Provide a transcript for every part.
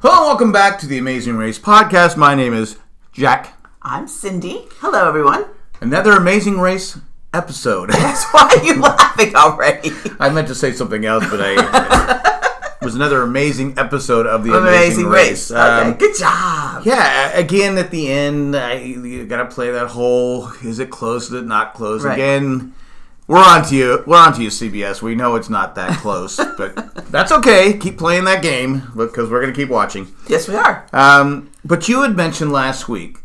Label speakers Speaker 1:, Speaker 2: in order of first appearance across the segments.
Speaker 1: Hello, and welcome back to the Amazing Race podcast. My name is Jack.
Speaker 2: I'm Cindy. Hello, everyone.
Speaker 1: Another Amazing Race episode.
Speaker 2: That's why are you laughing already?
Speaker 1: I meant to say something else, but I. it was another amazing episode of the Amazing,
Speaker 2: Amazing
Speaker 1: Race.
Speaker 2: race.
Speaker 1: Um,
Speaker 2: okay, good job.
Speaker 1: Yeah, a- again at the end, I, you got to play that whole "Is it close? Is it not close?"
Speaker 2: Right.
Speaker 1: Again, we're on to you. We're on to you, CBS. We know it's not that close, but that's okay. Keep playing that game because we're gonna keep watching.
Speaker 2: Yes, we are.
Speaker 1: Um, but you had mentioned last week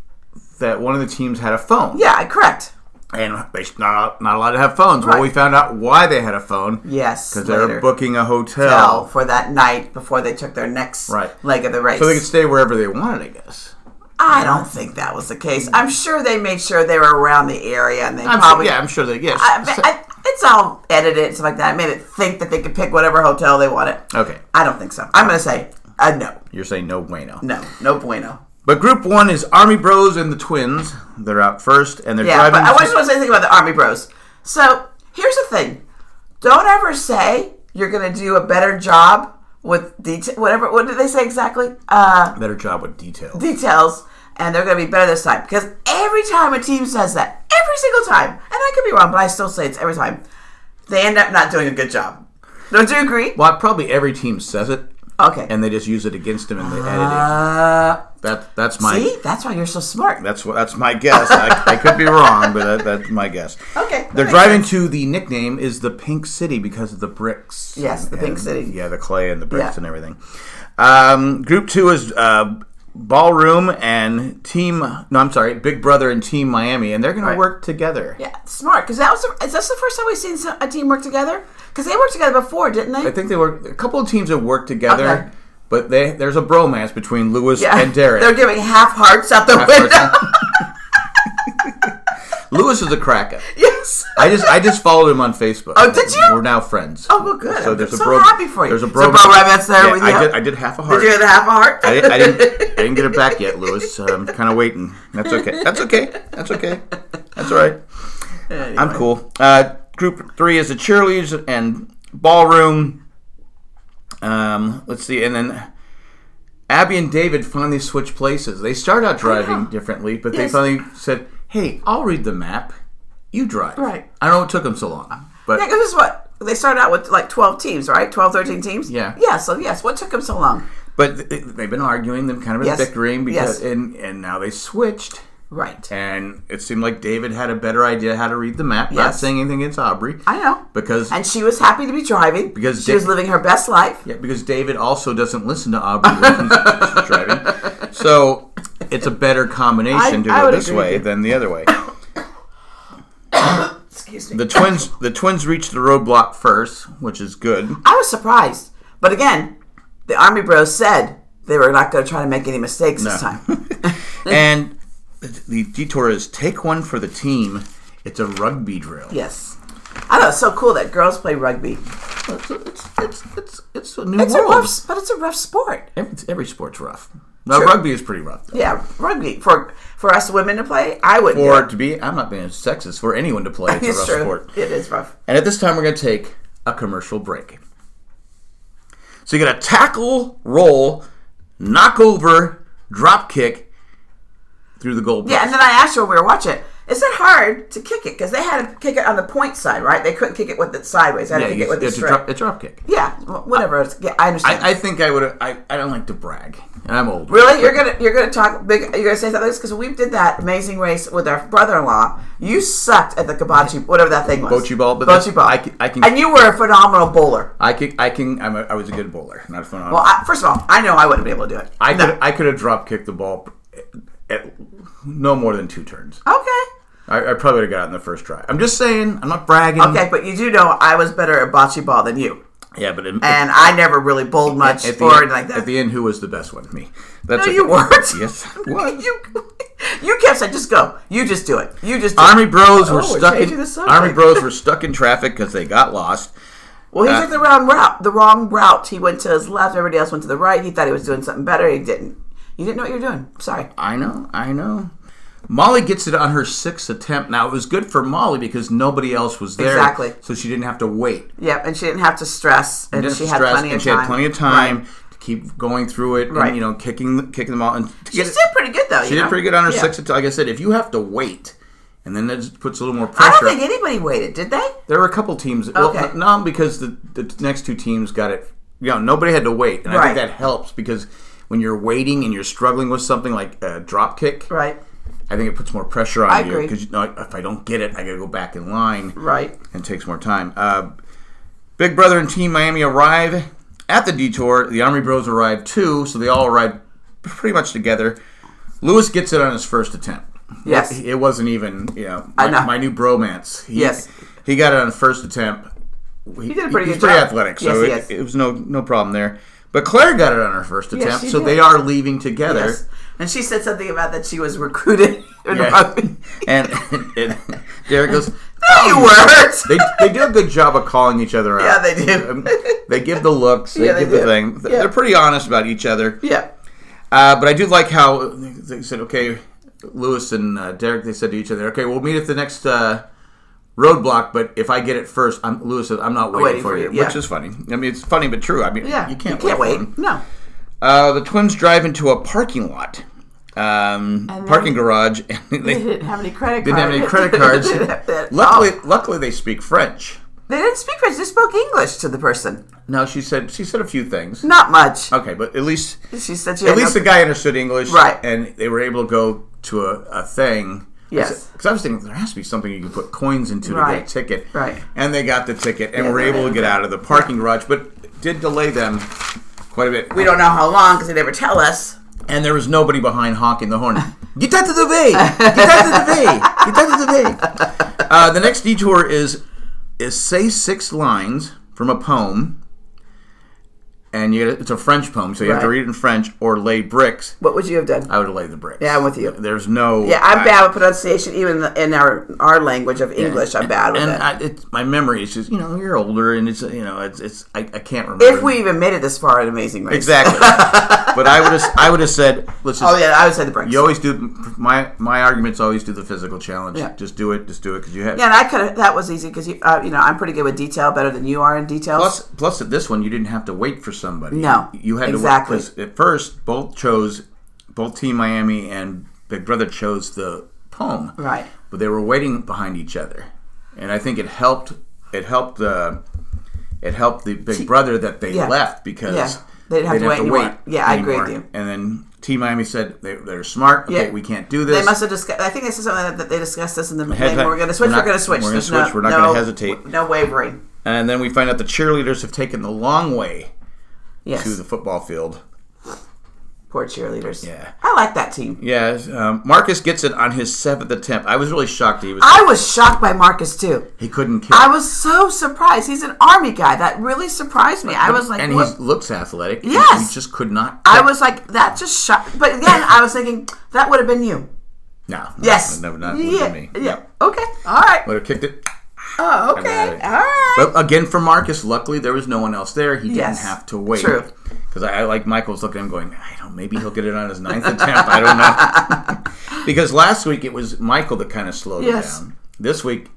Speaker 1: that one of the teams had a phone,
Speaker 2: yeah, I correct.
Speaker 1: and they not not allowed to have phones. Well,
Speaker 2: Right.
Speaker 1: we found out why they had a phone.
Speaker 2: Yes,
Speaker 1: because they were
Speaker 2: later.
Speaker 1: booking a
Speaker 2: Well,
Speaker 1: hotel,
Speaker 2: for that night before they took their next
Speaker 1: Right.
Speaker 2: leg of the race.
Speaker 1: so they could stay wherever they wanted. I guess.
Speaker 2: I don't think that was the case. I'm sure they made sure they were around the area and they
Speaker 1: I'm
Speaker 2: probably.
Speaker 1: sure, yeah, I'm sure they. Yes.
Speaker 2: I, I, it's all edited and stuff like that. I made it think that they could pick whatever hotel they wanted.
Speaker 1: okay,
Speaker 2: I don't think so. I'm going to say uh, no.
Speaker 1: you're saying no bueno.
Speaker 2: No. No bueno.
Speaker 1: But group one is Army Bros and the Twins. They're out first, and they're
Speaker 2: Yeah,
Speaker 1: driving.
Speaker 2: but I
Speaker 1: to-
Speaker 2: just want to say something about the Army Bros. So here's the thing: don't ever say you're going to do a better job with detail. Whatever. What did they say exactly? Uh,
Speaker 1: better job with detail.
Speaker 2: details, and they're going to be better this time because every time a team says that, every single time, and I could be wrong, but I still say it's every time. They end up not doing a good job. Don't you agree?
Speaker 1: well, probably every team says it,
Speaker 2: Okay.
Speaker 1: and they just use it against them in the editing.
Speaker 2: uh,
Speaker 1: That that's my
Speaker 2: see, that's why you're so smart.
Speaker 1: that's what that's my guess. I, I could be wrong, but that, that's my guess.
Speaker 2: Okay, that
Speaker 1: They're
Speaker 2: makes
Speaker 1: driving to the nickname is the Pink City because of the bricks.
Speaker 2: Yes, the Pink
Speaker 1: And-
Speaker 2: City.
Speaker 1: Yeah, the clay and the bricks
Speaker 2: Yeah.
Speaker 1: and everything. Um, group two is uh, Ballroom and Team. No, I'm sorry, Big Brother and Team Miami, and they're going to
Speaker 2: Right.
Speaker 1: work together.
Speaker 2: Yeah, smart. Because that was the, is this the first time we've seen some- a team work together? Because they worked together before, didn't they?
Speaker 1: I think they were a couple of teams have worked together,
Speaker 2: Okay.
Speaker 1: but they there's a bromance between Lewis and
Speaker 2: They're
Speaker 1: Derek.
Speaker 2: giving half hearts out the window.
Speaker 1: Lewis is a cracker.
Speaker 2: yes.
Speaker 1: I just I just followed him on Facebook.
Speaker 2: Oh, did you?
Speaker 1: We're now friends.
Speaker 2: Oh, well, good. I'm so
Speaker 1: bro-
Speaker 2: happy for you.
Speaker 1: There's a
Speaker 2: So
Speaker 1: bromance.
Speaker 2: bromance there
Speaker 1: Yeah,
Speaker 2: with
Speaker 1: I
Speaker 2: you.
Speaker 1: did, I did half a heart.
Speaker 2: Did you get a half a heart?
Speaker 1: I, didn't, I didn't I didn't get it back yet, Lewis. So I'm kind of waiting. That's okay. That's okay. That's okay. That's all right. I'm cool. Uh, group three is the cheerleaders and ballroom. Um, let's see, and then Abby and David finally switch places. They start out driving
Speaker 2: know.
Speaker 1: differently, but
Speaker 2: Yes.
Speaker 1: they finally said, "Hey, I'll read the map. You drive."
Speaker 2: Right.
Speaker 1: I don't know what took them so long, but
Speaker 2: Yeah, 'cause this is what they started out with like 12 teams, right? 12, 13 teams?
Speaker 1: Yeah.
Speaker 2: Yeah, so yes, what took them so long?
Speaker 1: but th- they've been arguing. They've kind of been
Speaker 2: Yes.
Speaker 1: bickering because,
Speaker 2: Yes.
Speaker 1: and and now they switched.
Speaker 2: Right.
Speaker 1: and it seemed like David had a better idea how to read the map. Not
Speaker 2: Yes.
Speaker 1: saying anything against Aubrey,
Speaker 2: I know.
Speaker 1: because
Speaker 2: And she was happy to be driving
Speaker 1: Because
Speaker 2: she was
Speaker 1: Dick-
Speaker 2: living her best life.
Speaker 1: yeah, because David also doesn't listen to Aubrey when she's she's driving. So it's a better combination
Speaker 2: I-
Speaker 1: to
Speaker 2: I
Speaker 1: go
Speaker 2: would
Speaker 1: this
Speaker 2: agree with
Speaker 1: way
Speaker 2: you.
Speaker 1: than the other way.
Speaker 2: Excuse me.
Speaker 1: The twins, the twins reach the roadblock first, which is good.
Speaker 2: I was surprised. But again, the Army Bros said they were not going to try to make any mistakes this time.
Speaker 1: And the detour is take one for the team. It's a rugby drill.
Speaker 2: yes. I know it's so cool that girls play rugby.
Speaker 1: it's it's it's it's, it's a new
Speaker 2: It's a
Speaker 1: world.
Speaker 2: rough, s- but it's a rough sport.
Speaker 1: every, every sport's rough. Now rugby is pretty rough. Though.
Speaker 2: Yeah, rugby for for us women to play. I would. do
Speaker 1: Or
Speaker 2: it.
Speaker 1: to be, I'm not being sexist, for anyone to play, it's a
Speaker 2: it's
Speaker 1: rough
Speaker 2: true.
Speaker 1: sport.
Speaker 2: It is rough.
Speaker 1: And at this time, we're going to take a commercial break. So you got a tackle, roll, knock over, drop kick through the goal.
Speaker 2: Yeah,
Speaker 1: post.
Speaker 2: and then I asked her when we were watching. it, Is it hard to kick it? Because they had to kick it on the point side, right? They couldn't kick it with it sideways. They had
Speaker 1: yeah,
Speaker 2: to
Speaker 1: you-
Speaker 2: kick it with the
Speaker 1: it's, a
Speaker 2: straight.
Speaker 1: drop, it's a drop kick.
Speaker 2: yeah, wh- whatever. It's- yeah, I understand.
Speaker 1: I, I think I would. I, I don't like to brag, and I'm old.
Speaker 2: really, you're gonna you're gonna talk big. You're gonna say something like this because we did that amazing race with our brother-in-law. You sucked at the kabachi, whatever that thing was.
Speaker 1: Bocce ball, but
Speaker 2: Bocce
Speaker 1: that's-
Speaker 2: ball.
Speaker 1: I can- I can-
Speaker 2: and you were a phenomenal bowler.
Speaker 1: I can. I can. I'm a, I was a good bowler, not a phenomenal.
Speaker 2: Well, I, first of all, I know I wouldn't be able to do it.
Speaker 1: I could. I could have drop kicked the ball at no more than two turns.
Speaker 2: Okay.
Speaker 1: I, I probably would have got it in the first try. I'm just saying. I'm not bragging.
Speaker 2: Okay, but you do know I was better at bocce ball than you,
Speaker 1: Yeah, but it,
Speaker 2: and I never really bowled much
Speaker 1: at the,
Speaker 2: or
Speaker 1: end,
Speaker 2: like that.
Speaker 1: at the end, who was the best one? Me. That's
Speaker 2: no,
Speaker 1: it.
Speaker 2: you weren't.
Speaker 1: Yes, I was.
Speaker 2: you you kept saying, "Just go. You just do it. You just." Do
Speaker 1: Army
Speaker 2: It.
Speaker 1: Bros were
Speaker 2: Oh, we're
Speaker 1: stuck.
Speaker 2: changing
Speaker 1: In,
Speaker 2: the subject.
Speaker 1: Army Bros were stuck in traffic because they got lost.
Speaker 2: Well,
Speaker 1: Uh,
Speaker 2: he took the wrong route. The wrong route. He went to his left. Everybody else went to the right. He thought he was doing something better. He didn't. You didn't know what you were doing. Sorry.
Speaker 1: I know, I know. Molly gets it on her sixth attempt. Now it was good for Molly because nobody else was there,
Speaker 2: Exactly.
Speaker 1: So she didn't have to wait.
Speaker 2: Yep. And she didn't have to stress, and
Speaker 1: Just
Speaker 2: she had
Speaker 1: stress,
Speaker 2: plenty
Speaker 1: and
Speaker 2: of
Speaker 1: she
Speaker 2: time.
Speaker 1: had plenty of time
Speaker 2: Right.
Speaker 1: to keep going through it,
Speaker 2: Right.
Speaker 1: and you know, kicking kicking them out. And to
Speaker 2: She
Speaker 1: get it-
Speaker 2: did pretty good though.
Speaker 1: she
Speaker 2: you
Speaker 1: did
Speaker 2: know?
Speaker 1: pretty good on her
Speaker 2: Yeah.
Speaker 1: six attack. Like I said, if you have to wait, and then that just puts a little more
Speaker 2: I
Speaker 1: pressure.
Speaker 2: don't think anybody waited, did they?
Speaker 1: there were a couple teams. Well,
Speaker 2: Okay.
Speaker 1: n- no, because the the next two teams got it. You know, nobody had to wait, and I
Speaker 2: Right.
Speaker 1: think that helps because when you're waiting and you're struggling with something like a drop kick,
Speaker 2: Right.
Speaker 1: I think it puts more pressure on
Speaker 2: I
Speaker 1: you
Speaker 2: agree.
Speaker 1: because you know, if I don't get it, I got to go back in line
Speaker 2: Right.
Speaker 1: and takes more time. Uh, Big Brother and Team Miami arrive at the detour. The Army Bros arrive too, so they all arrive pretty much together. Lewis gets it on his first attempt.
Speaker 2: Yes.
Speaker 1: It wasn't even, you know, my,
Speaker 2: I know.
Speaker 1: my new bromance. He,
Speaker 2: Yes.
Speaker 1: He got it on first attempt. He
Speaker 2: did a pretty
Speaker 1: he's
Speaker 2: good
Speaker 1: pretty
Speaker 2: job.
Speaker 1: athletic,
Speaker 2: Yes,
Speaker 1: so
Speaker 2: he
Speaker 1: it,
Speaker 2: is.
Speaker 1: it was no no problem there. But Claire got it on her first attempt,
Speaker 2: she
Speaker 1: so
Speaker 2: did.
Speaker 1: they are leaving together.
Speaker 2: Yes. And she said something about that she was recruited. in
Speaker 1: Yeah.
Speaker 2: rugby.
Speaker 1: And, and Derek goes,
Speaker 2: No, you weren't.
Speaker 1: they, they do a good job of calling each other out.
Speaker 2: yeah, they do.
Speaker 1: Um, they give the looks. They
Speaker 2: Yeah, they
Speaker 1: give the
Speaker 2: do.
Speaker 1: thing. Th-
Speaker 2: Yeah.
Speaker 1: They're pretty honest about each other.
Speaker 2: yeah.
Speaker 1: Uh, but I do like how they said, okay, Lewis and uh, Derek, they said to each other, okay, we'll meet at the next uh, roadblock, but if I get it first, I'm, Lewis says, I'm not waiting, for, you, which
Speaker 2: yeah.
Speaker 1: is funny. I mean, it's funny but true. I mean,
Speaker 2: Yeah.
Speaker 1: you can't, wait.
Speaker 2: wait.
Speaker 1: for 'em.
Speaker 2: No.
Speaker 1: Uh, the twins drive into a parking lot, um,
Speaker 2: then-
Speaker 1: parking garage, and
Speaker 2: They
Speaker 1: they
Speaker 2: didn't have any credit cards.
Speaker 1: didn't have any credit cards.
Speaker 2: They didn't have that.
Speaker 1: luckily, luckely, they speak French.
Speaker 2: They didn't speak French. They spoke English to the person.
Speaker 1: No, she said she said a few things.
Speaker 2: Not much.
Speaker 1: Okay, but at least
Speaker 2: She said she
Speaker 1: At
Speaker 2: had
Speaker 1: least
Speaker 2: no-
Speaker 1: the guy understood English,
Speaker 2: Right.
Speaker 1: And they were able to go to a, a thing.
Speaker 2: Yes.
Speaker 1: because I was thinking there has to be something you can put coins into to get a
Speaker 2: Right.
Speaker 1: ticket,
Speaker 2: Right.
Speaker 1: And they got the ticket, and
Speaker 2: Yeah,
Speaker 1: were
Speaker 2: they
Speaker 1: able to
Speaker 2: did.
Speaker 1: get out of the parking garage, but did delay them quite a bit.
Speaker 2: we don't know how long because they never tell us.
Speaker 1: and there was nobody behind honking the horn. Get out of the way! Get out of the way! Get out of the way! Uh, the next detour is is say six lines from a poem, and you it's a French poem, so you have to
Speaker 2: Right.
Speaker 1: read it in French or lay bricks.
Speaker 2: What would you have done?
Speaker 1: I would lay the bricks.
Speaker 2: Yeah, I'm with you.
Speaker 1: There's no.
Speaker 2: yeah, I'm
Speaker 1: Uh, I-
Speaker 2: bad with pronunciation, even in our our language of English. I'm bad with
Speaker 1: And
Speaker 2: it.
Speaker 1: I, it's, my memory is just you know you're older and it's you know it's it's I, I can't remember
Speaker 2: if we even made it this far in Amazing Race,
Speaker 1: exactly. but I would have I would have said let's just
Speaker 2: Oh yeah, I would say the breaks.
Speaker 1: you always do my my arguments always do the physical challenge.
Speaker 2: Yeah.
Speaker 1: Just do it, just do it because you have.
Speaker 2: yeah, and I could. have That was easy because you, uh, you know, I'm pretty good with detail, better than you are in details.
Speaker 1: Plus, plus at this one you didn't have to wait for somebody.
Speaker 2: No,
Speaker 1: you had
Speaker 2: exactly.
Speaker 1: to wait 'cause at first both chose both Team Miami and Big Brother chose the poem.
Speaker 2: right.
Speaker 1: but they were waiting behind each other, and I think it helped. It helped the. It helped the big brother that they
Speaker 2: yeah.
Speaker 1: left because
Speaker 2: Yeah. They didn't have to wait anymore. Yeah, I agree with
Speaker 1: anymore.
Speaker 2: you.
Speaker 1: And then Team Miami said they, they're smart. Okay,
Speaker 2: Yeah.
Speaker 1: we can't do this.
Speaker 2: They must have discussed. I think they said something that, that they discussed this in the
Speaker 1: Head-
Speaker 2: beginning. We're going to switch.
Speaker 1: we're
Speaker 2: We're,
Speaker 1: not-
Speaker 2: going to switch.
Speaker 1: we're gonna
Speaker 2: There's no-
Speaker 1: switch, we're not
Speaker 2: no-
Speaker 1: gonna hesitate.
Speaker 2: No wavering.
Speaker 1: and then we find out the cheerleaders have taken the long way
Speaker 2: Yes.
Speaker 1: to the football field.
Speaker 2: Poor cheerleaders.
Speaker 1: Yeah.
Speaker 2: I like that team.
Speaker 1: Yeah, um, Marcus gets it on his seventh attempt. I was really shocked that he was
Speaker 2: I was shocked by Marcus too.
Speaker 1: he couldn't kick.
Speaker 2: I was so surprised. He's an army guy. That really surprised me. I was like,
Speaker 1: and
Speaker 2: what?
Speaker 1: he looks athletic. He-
Speaker 2: Yes.
Speaker 1: he just could not.
Speaker 2: I was like, that just shocked. But again, I was thinking that would have been you.
Speaker 1: no, no,
Speaker 2: Yes.
Speaker 1: no, not
Speaker 2: yeah.
Speaker 1: me.
Speaker 2: Yeah. Okay. All right.
Speaker 1: would have kicked it.
Speaker 2: Oh, okay.
Speaker 1: about
Speaker 2: All
Speaker 1: it.
Speaker 2: right.
Speaker 1: But again, for Marcus, luckily there was no one else there. He
Speaker 2: Yes.
Speaker 1: didn't have to wait.
Speaker 2: True.
Speaker 1: Because I, I like Michael's looking at him going, I don't. Maybe he'll get it on his ninth attempt. I don't know. because last week it was Michael that kind of slowed
Speaker 2: Yes.
Speaker 1: it down. This week,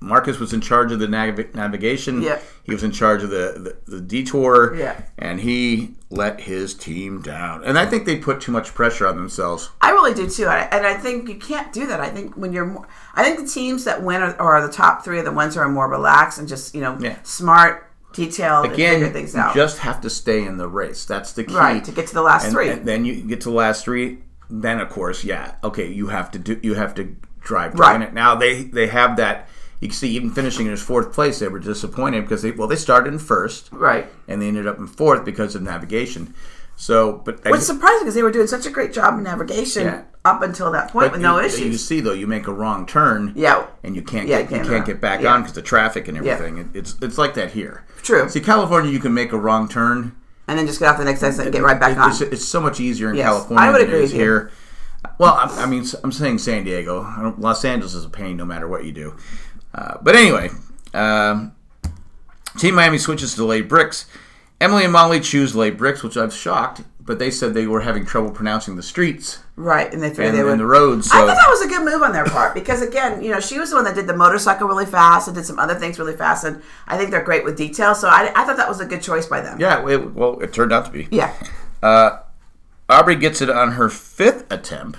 Speaker 1: Marcus was in charge of the nav- navigation.
Speaker 2: Yep.
Speaker 1: He was in charge of the the, the detour.
Speaker 2: Yeah.
Speaker 1: And he let his team down. And I think they put too much pressure on themselves.
Speaker 2: I really do too, and I, and I think you can't do that. I think when you're, more, I think the teams that win are, are the top three of the ones who are more relaxed and just you know
Speaker 1: Yeah.
Speaker 2: smart, detailed, and
Speaker 1: Again,
Speaker 2: figure things
Speaker 1: you
Speaker 2: out.
Speaker 1: just have to stay in the race. That's the key.
Speaker 2: right to get to the last
Speaker 1: and,
Speaker 2: three.
Speaker 1: and then you get to the last three. Then of course, yeah, okay, you have to do, you have to drive
Speaker 2: Right.
Speaker 1: driving it. Now they they have that. You can see even finishing in his fourth place, they were disappointed because they well they started in first,
Speaker 2: right.
Speaker 1: and they ended up in fourth because of navigation. So, but I-
Speaker 2: Which surprising because they were doing such a great job in navigation
Speaker 1: Yeah.
Speaker 2: up until that point with
Speaker 1: you,
Speaker 2: no
Speaker 1: You
Speaker 2: issues.
Speaker 1: see though, you make a wrong turn,
Speaker 2: Yeah.
Speaker 1: and you can't
Speaker 2: Yeah,
Speaker 1: get, you
Speaker 2: you
Speaker 1: can't,
Speaker 2: can't
Speaker 1: get back
Speaker 2: Yeah.
Speaker 1: on because the traffic and everything. It, it's it's like that here.
Speaker 2: True.
Speaker 1: See, California, you can make a wrong turn.
Speaker 2: and then just get off the next exit and get right back on.
Speaker 1: It's, it's so much easier in
Speaker 2: Yes,
Speaker 1: California
Speaker 2: I would
Speaker 1: than
Speaker 2: agree
Speaker 1: it is
Speaker 2: with you.
Speaker 1: here. Well, I, I mean, s- I'm saying San Diego. I don't, Los Angeles is a pain no matter what you do. Uh, but anyway, um, Team Miami switches to lay bricks. Emily and Molly choose lay bricks, which I'm shocked but they said they were having trouble pronouncing the streets
Speaker 2: Right, and they figured
Speaker 1: and,
Speaker 2: they would.
Speaker 1: and the roads.
Speaker 2: I
Speaker 1: So
Speaker 2: thought that was a good move on their part because, again, you know, she was the one that did the motorcycle really fast and did some other things really fast, and I think they're great with detail. So I, I thought that was a good choice by them.
Speaker 1: yeah, it, well, it turned out to be.
Speaker 2: Yeah.
Speaker 1: Aubrey gets it on her fifth attempt,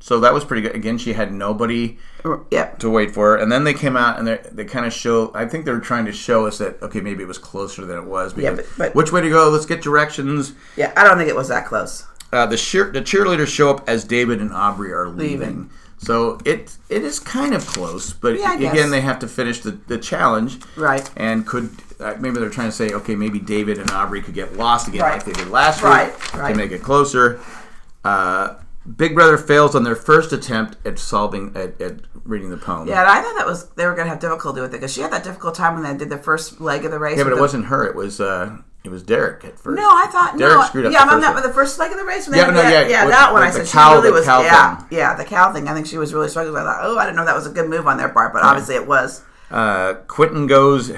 Speaker 1: so that was pretty good. Again, she had nobody
Speaker 2: R- Yep.
Speaker 1: to wait for, her. and then they came out and they they kind of show. I think they were trying to show us that okay, maybe it was closer than it was. Because
Speaker 2: but- but-
Speaker 1: which way to go? Let's get directions.
Speaker 2: Yeah. I don't think it was that close.
Speaker 1: Uh, the cheer, the cheerleaders show up as David and Aubrey are leaving.
Speaker 2: Leaving.
Speaker 1: So it it is kind of close, but
Speaker 2: Yeah, I guess.
Speaker 1: again they have to finish the, the challenge,
Speaker 2: Right.
Speaker 1: And could uh, maybe they're trying to say, okay, maybe David and Aubrey could get lost again like
Speaker 2: Right.
Speaker 1: they did last
Speaker 2: Right,
Speaker 1: week
Speaker 2: right.
Speaker 1: to make it closer. Uh, Big Brother fails on their first attempt at solving at, at reading the poem.
Speaker 2: Yeah, and I thought that was they were going to have difficulty with it because she had that difficult time when they did the first leg of the race.
Speaker 1: Yeah, but
Speaker 2: with
Speaker 1: it
Speaker 2: the-
Speaker 1: wasn't her. It was uh, it was Derek at first.
Speaker 2: No, I thought
Speaker 1: Derek
Speaker 2: no.
Speaker 1: screwed up
Speaker 2: yeah,
Speaker 1: the
Speaker 2: I'm
Speaker 1: first
Speaker 2: not
Speaker 1: one.
Speaker 2: with the first leg of the race. When they
Speaker 1: Yeah,
Speaker 2: had
Speaker 1: but no,
Speaker 2: that-
Speaker 1: yeah, with-
Speaker 2: that one
Speaker 1: with
Speaker 2: I
Speaker 1: the
Speaker 2: said
Speaker 1: cow-
Speaker 2: she really
Speaker 1: the
Speaker 2: was.
Speaker 1: cow
Speaker 2: yeah,
Speaker 1: thing.
Speaker 2: yeah, the cow thing. I think she was really struggling. with that. oh, I didn't know that was a good move on their part, but obviously it was.
Speaker 1: uh, Quentin goes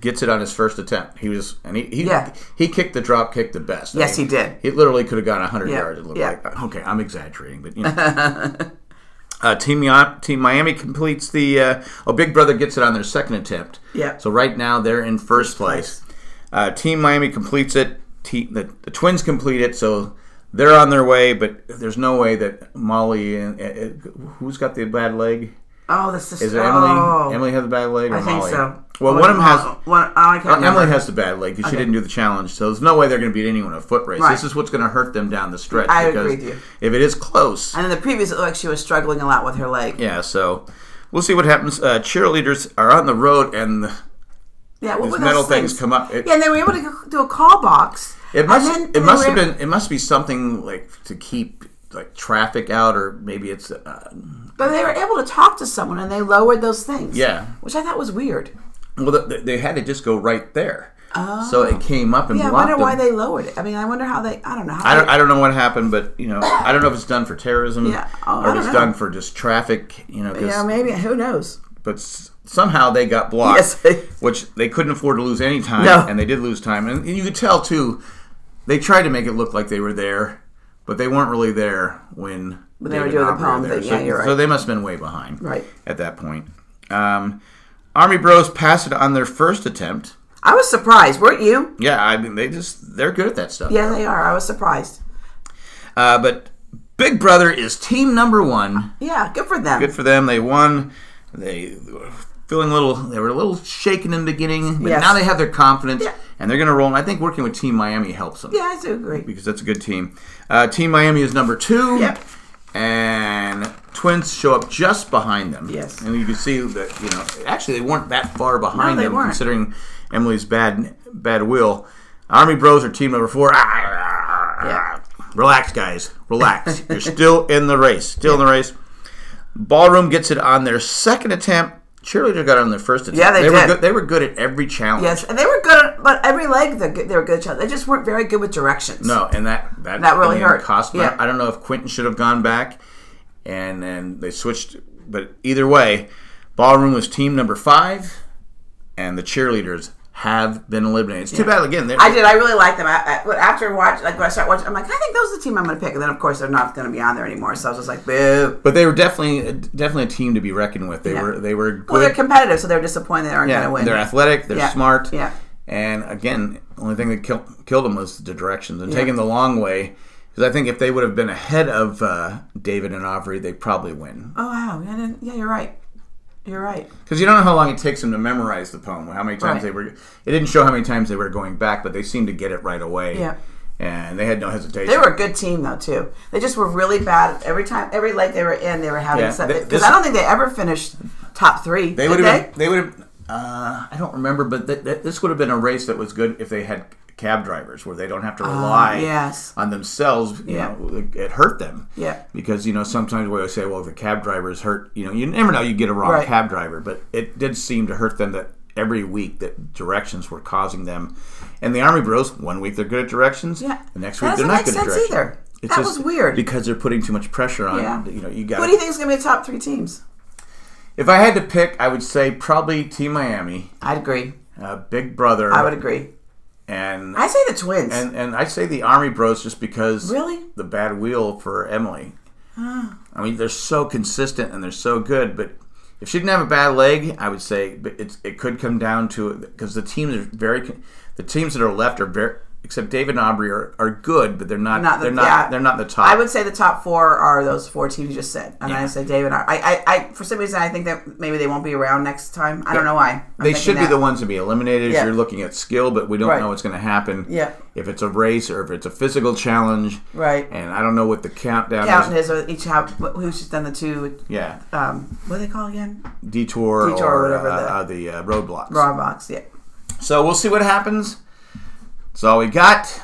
Speaker 1: gets it on his first attempt. He was and he he,
Speaker 2: Yeah.
Speaker 1: he kicked the drop kick the best. I
Speaker 2: Yes,
Speaker 1: mean,
Speaker 2: he did.
Speaker 1: He literally could have gone 100
Speaker 2: Yeah,
Speaker 1: yards. It looked
Speaker 2: yeah.
Speaker 1: like. uh, Okay, I'm exaggerating, but you know. Uh, Team, Mi- Team Miami completes the. Uh, oh, Big Brother gets it on their second attempt.
Speaker 2: Yeah.
Speaker 1: So right now they're in first place. Uh, Team Miami completes it. Te- the, the Twins complete it, so they're on their way. But there's no way that Molly and uh, uh, who's got the bad leg.
Speaker 2: Oh, the sister.
Speaker 1: Is it Emily?
Speaker 2: Oh,
Speaker 1: Emily had the bad leg, or
Speaker 2: I think
Speaker 1: Molly?
Speaker 2: so.
Speaker 1: Well,
Speaker 2: Oh,
Speaker 1: one of them has.
Speaker 2: oh, One, oh, I can't remember.
Speaker 1: Emily has the bad leg because she didn't do the challenge, so there's no way they're going to beat anyone in a foot race.
Speaker 2: Right.
Speaker 1: This is what's going to hurt them down the stretch.
Speaker 2: I
Speaker 1: because
Speaker 2: agree with you.
Speaker 1: If it is close,
Speaker 2: And in the previous, it looked like she was struggling a lot with her leg.
Speaker 1: yeah. So we'll see what happens. Uh, cheerleaders are on the road, and the
Speaker 2: Yeah, what
Speaker 1: these
Speaker 2: were
Speaker 1: metal
Speaker 2: those
Speaker 1: things
Speaker 2: things?
Speaker 1: come up. It,
Speaker 2: Yeah, and they were able to go- do a call box.
Speaker 1: it
Speaker 2: and
Speaker 1: must.
Speaker 2: then-
Speaker 1: it
Speaker 2: and
Speaker 1: must
Speaker 2: they
Speaker 1: have
Speaker 2: were-
Speaker 1: been. It must be something like to keep like traffic out, or maybe it's. Uh,
Speaker 2: But they were able to talk to someone, and they lowered those things.
Speaker 1: Yeah.
Speaker 2: which I thought was weird.
Speaker 1: well, they, they had to just go right there. So it came up and
Speaker 2: Oh. Yeah, I
Speaker 1: blocked
Speaker 2: wonder why
Speaker 1: them.
Speaker 2: they lowered it. I mean, I wonder how they. I don't know. How
Speaker 1: I
Speaker 2: they-
Speaker 1: don't, I don't know what happened, but you know, I don't know if it's done for terrorism
Speaker 2: Yeah, oh,
Speaker 1: or
Speaker 2: I
Speaker 1: if it's
Speaker 2: don't know.
Speaker 1: done for just traffic. You know, 'cause-
Speaker 2: Yeah, maybe. Who knows?
Speaker 1: but s- somehow they got blocked,
Speaker 2: Yes, they-
Speaker 1: which they couldn't afford to lose any time,
Speaker 2: No.
Speaker 1: and they did lose time, and you could tell too. They tried to make it look like they were there, but they weren't really there when
Speaker 2: When they were
Speaker 1: David
Speaker 2: doing the
Speaker 1: Aubrey were
Speaker 2: poem
Speaker 1: there.
Speaker 2: thing.
Speaker 1: So,
Speaker 2: Yeah, you're right.
Speaker 1: so they must have been way behind,
Speaker 2: Right.
Speaker 1: at that point. Um, Army Bros pass it on their first attempt.
Speaker 2: I was surprised, weren't you?
Speaker 1: Yeah, I mean they just they're good at that stuff.
Speaker 2: Yeah, they are. I was surprised.
Speaker 1: Uh, but Big Brother is team number one.
Speaker 2: Yeah, good for them.
Speaker 1: Good for them. They won. They were feeling a little. They were a little shaken in the beginning, but
Speaker 2: Yes.
Speaker 1: now they have their confidence,
Speaker 2: Yeah.
Speaker 1: and they're going to roll. And I think working with Team Miami helps them
Speaker 2: yeah, I do agree.
Speaker 1: because that's a good team. Uh, team Miami is number two.
Speaker 2: Yep.
Speaker 1: And Twins show up just behind them.
Speaker 2: Yes.
Speaker 1: And you can see that you know actually they weren't that far behind
Speaker 2: No, they
Speaker 1: them
Speaker 2: weren't.
Speaker 1: considering Emily's bad bad will. Army Bros are team number four. Yeah. Relax, guys. Relax. You're still in the race. Still in the race. Ballroom gets it on their second attempt. Cheerleader got it on their first attempt.
Speaker 2: Yeah, they
Speaker 1: were
Speaker 2: did.
Speaker 1: good. They were good at every challenge.
Speaker 2: Yes, and they were good, at, but every leg they're good, they were good at each other. They just weren't very good with directions.
Speaker 1: No, and that that,
Speaker 2: That really
Speaker 1: in the end
Speaker 2: hurt.
Speaker 1: Cost them.
Speaker 2: Yeah.
Speaker 1: I don't know if Quentin should have gone back, and then they switched. But either way, ballroom was team number five, and the cheerleaders have been eliminated. It's too bad again. They're,
Speaker 2: I did. I really liked them. I, I, after watch, like when I start watching, I'm like, I think those are the team I'm going to pick. And then of course they're not going to be on there anymore. So I was just like, boo.
Speaker 1: but they were definitely definitely a team to be reckoned with. They
Speaker 2: Yeah.
Speaker 1: were they were good.
Speaker 2: Well, they're competitive, so they're disappointed they aren't
Speaker 1: yeah,
Speaker 2: going to win.
Speaker 1: they're athletic. They're
Speaker 2: Yeah.
Speaker 1: smart.
Speaker 2: Yeah.
Speaker 1: And again, only thing that kill, killed them was the directions and taking the long way. Because I think if they would have been ahead of uh, David and Avery, they probably win.
Speaker 2: oh wow. Yeah, I didn't- yeah, you're right. You're right.
Speaker 1: Because you don't know how long it takes them to memorize the poem, how many times
Speaker 2: Right.
Speaker 1: they were. It didn't show how many times they were going back, but they seemed to get it right away.
Speaker 2: Yeah.
Speaker 1: And they had no hesitation.
Speaker 2: They were a good team though too. They just were really bad every time, every leg they were in. They were having
Speaker 1: Yeah, they-
Speaker 2: because
Speaker 1: this-
Speaker 2: I don't think they ever finished top three.
Speaker 1: They
Speaker 2: did
Speaker 1: would
Speaker 2: they?
Speaker 1: have. They would have. Uh, I don't remember, but th- th- this would have been a race that was good if they had cab drivers, where they don't have to rely
Speaker 2: Ah, yes.
Speaker 1: on themselves. You
Speaker 2: Yeah.
Speaker 1: know, like, it hurt them.
Speaker 2: Yeah.
Speaker 1: Because you know sometimes we always say, well, if the cab drivers hurt, you know, you never know you get a wrong
Speaker 2: Right.
Speaker 1: cab driver, but it did seem to hurt them that every week that directions were causing them. And the Army Bros, one week they're good at directions,
Speaker 2: Yeah.
Speaker 1: the next
Speaker 2: That
Speaker 1: week they're
Speaker 2: doesn't
Speaker 1: not
Speaker 2: make
Speaker 1: good
Speaker 2: sense
Speaker 1: at directions.
Speaker 2: either.
Speaker 1: It's
Speaker 2: That
Speaker 1: just
Speaker 2: was weird.
Speaker 1: because they're putting too much pressure on.
Speaker 2: Yeah.
Speaker 1: You know, you got.
Speaker 2: What do you think is going to be the top three teams?
Speaker 1: If I had to pick, I would say probably Team Miami,
Speaker 2: I'd agree.
Speaker 1: uh, Big Brother,
Speaker 2: I would agree.
Speaker 1: and
Speaker 2: I say the twins.
Speaker 1: and and I say the Army Bros just because
Speaker 2: Really? Ah.
Speaker 1: the bad wheel for Emily. I mean, they're so consistent and they're so good, but if she didn't have a bad leg, I would say but it's, it could come down to because the teams are very con- the teams that are left are very except David and Aubrey are, are good, but they're not,
Speaker 2: Not the-
Speaker 1: they're not
Speaker 2: yeah.
Speaker 1: they're not the top.
Speaker 2: I would say the top four are those four teams you just said, and I said David. I, I, I, for some reason, I think that maybe they won't be around next time. I don't know why. I'm
Speaker 1: they
Speaker 2: thinking
Speaker 1: should be
Speaker 2: that.
Speaker 1: the ones to be eliminated.
Speaker 2: Yeah.
Speaker 1: You're looking at skill, but we don't
Speaker 2: Right.
Speaker 1: know what's going to happen.
Speaker 2: Yeah.
Speaker 1: If it's a race or if it's a physical challenge.
Speaker 2: Right.
Speaker 1: And I don't know what the countdown
Speaker 2: Count
Speaker 1: is.
Speaker 2: is with each have who's just done the two.
Speaker 1: Yeah.
Speaker 2: Um, what do they call again?
Speaker 1: Detour,
Speaker 2: Detour or
Speaker 1: or,
Speaker 2: whatever
Speaker 1: uh,
Speaker 2: the-
Speaker 1: uh, the uh, roadblocks.
Speaker 2: Raw box. Yeah.
Speaker 1: So we'll see what happens. That's all we got.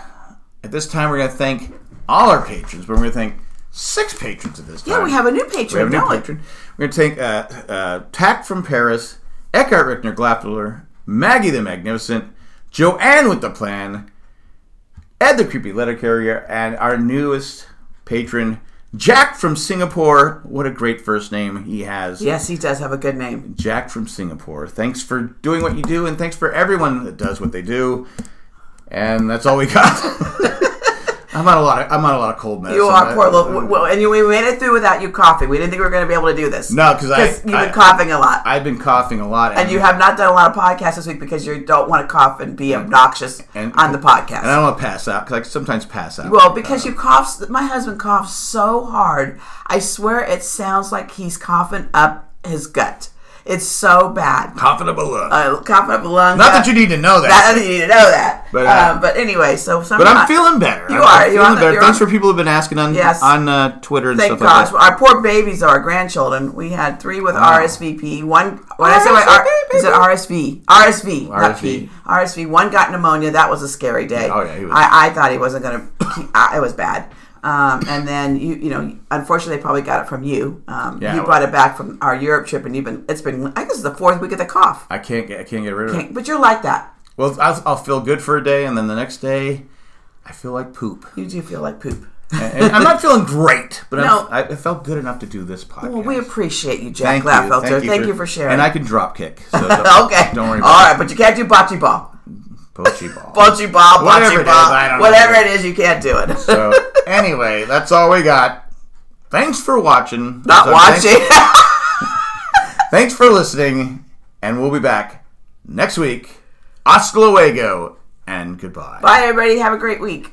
Speaker 1: At this time, we're going to thank all our patrons, but we're going to thank six patrons at this time.
Speaker 2: Yeah, we have a new patron.
Speaker 1: We have a new
Speaker 2: don't we?
Speaker 1: patron. We're going to take uh, uh, Tack from Paris, Eckhart Rickner Glapler, Maggie the Magnificent, Joanne with the Plan, Ed the Creepy Letter Carrier, and our newest patron, Jack from Singapore. What a great first name he has.
Speaker 2: Yes, he does have a good name.
Speaker 1: Jack from Singapore. Thanks for doing what you do, and thanks for everyone that does what they do. And that's all we got. I'm on a lot. Of, I'm on a lot of cold medicine.
Speaker 2: You are
Speaker 1: I-
Speaker 2: poor little. Well, and you, we made it through without you coughing. We didn't think we were going to be able to do this.
Speaker 1: No, 'cause I-
Speaker 2: you've been
Speaker 1: I-
Speaker 2: coughing a lot,
Speaker 1: I've been coughing a lot,
Speaker 2: and you have not done a lot of podcasts this week because you don't want to cough and be obnoxious
Speaker 1: and-
Speaker 2: on the podcast.
Speaker 1: And I don't Uh. want to pass out because I sometimes pass out.
Speaker 2: Well, because you coughs, my husband coughs so hard. I swear it sounds like he's coughing up his gut. It's so bad.
Speaker 1: coughing up a lung.
Speaker 2: Uh, coughing up a lung.
Speaker 1: Not that you need to know that,
Speaker 2: Not that you need to know that.
Speaker 1: But,
Speaker 2: But, uh,
Speaker 1: uh,
Speaker 2: but anyway, so some
Speaker 1: but I'm feeling better.
Speaker 2: You
Speaker 1: I'm,
Speaker 2: are,
Speaker 1: I'm
Speaker 2: you're on
Speaker 1: feeling
Speaker 2: the-
Speaker 1: better.
Speaker 2: you're
Speaker 1: Thanks
Speaker 2: on-
Speaker 1: for people who've been asking on
Speaker 2: Yes.
Speaker 1: on uh, Twitter and
Speaker 2: Thank
Speaker 1: stuff like
Speaker 2: gosh,
Speaker 1: that. Ah.
Speaker 2: our poor babies are our grandchildren. We had three with RSVP. One, when I say my R,
Speaker 1: RSVP.
Speaker 2: is it RSV? RSV, not
Speaker 1: RSV.
Speaker 2: P. RSV. One got pneumonia. That was a scary day.
Speaker 1: Oh, yeah, he was-
Speaker 2: I, I thought he wasn't gonna. He, I, it was bad. Um, and then you, you know, unfortunately, they probably got it from you. Um,
Speaker 1: Yeah,
Speaker 2: you
Speaker 1: well-
Speaker 2: brought it back from our Europe trip, and you've been. It's been. I guess it's the fourth week of the cough.
Speaker 1: I can't get. I can't get rid of it.
Speaker 2: But you're like that.
Speaker 1: Well, I'll, I'll feel good for a day, and then the next day, I feel like poop.
Speaker 2: You do feel like poop.
Speaker 1: And- and I'm not feeling great, but
Speaker 2: No.
Speaker 1: I'm, I, I felt good enough to do this podcast.
Speaker 2: Well, we appreciate you, Jack Laffelter. Thank, you for sharing.
Speaker 1: And I can drop kick. So don't,
Speaker 2: okay.
Speaker 1: Don't worry
Speaker 2: All
Speaker 1: about
Speaker 2: right, but you can't do bocce ball.
Speaker 1: it. Poachy ball.
Speaker 2: Bocce ball, bocce
Speaker 1: Whatever it is,
Speaker 2: ball.
Speaker 1: I don't know.
Speaker 2: whatever it is, you can't do it.
Speaker 1: So anyway, that's all we got. Thanks for watching.
Speaker 2: Not
Speaker 1: So thanks-
Speaker 2: watching.
Speaker 1: Thanks for listening, and we'll be back next week. Hasta luego, and goodbye.
Speaker 2: Bye, everybody. Have a great week.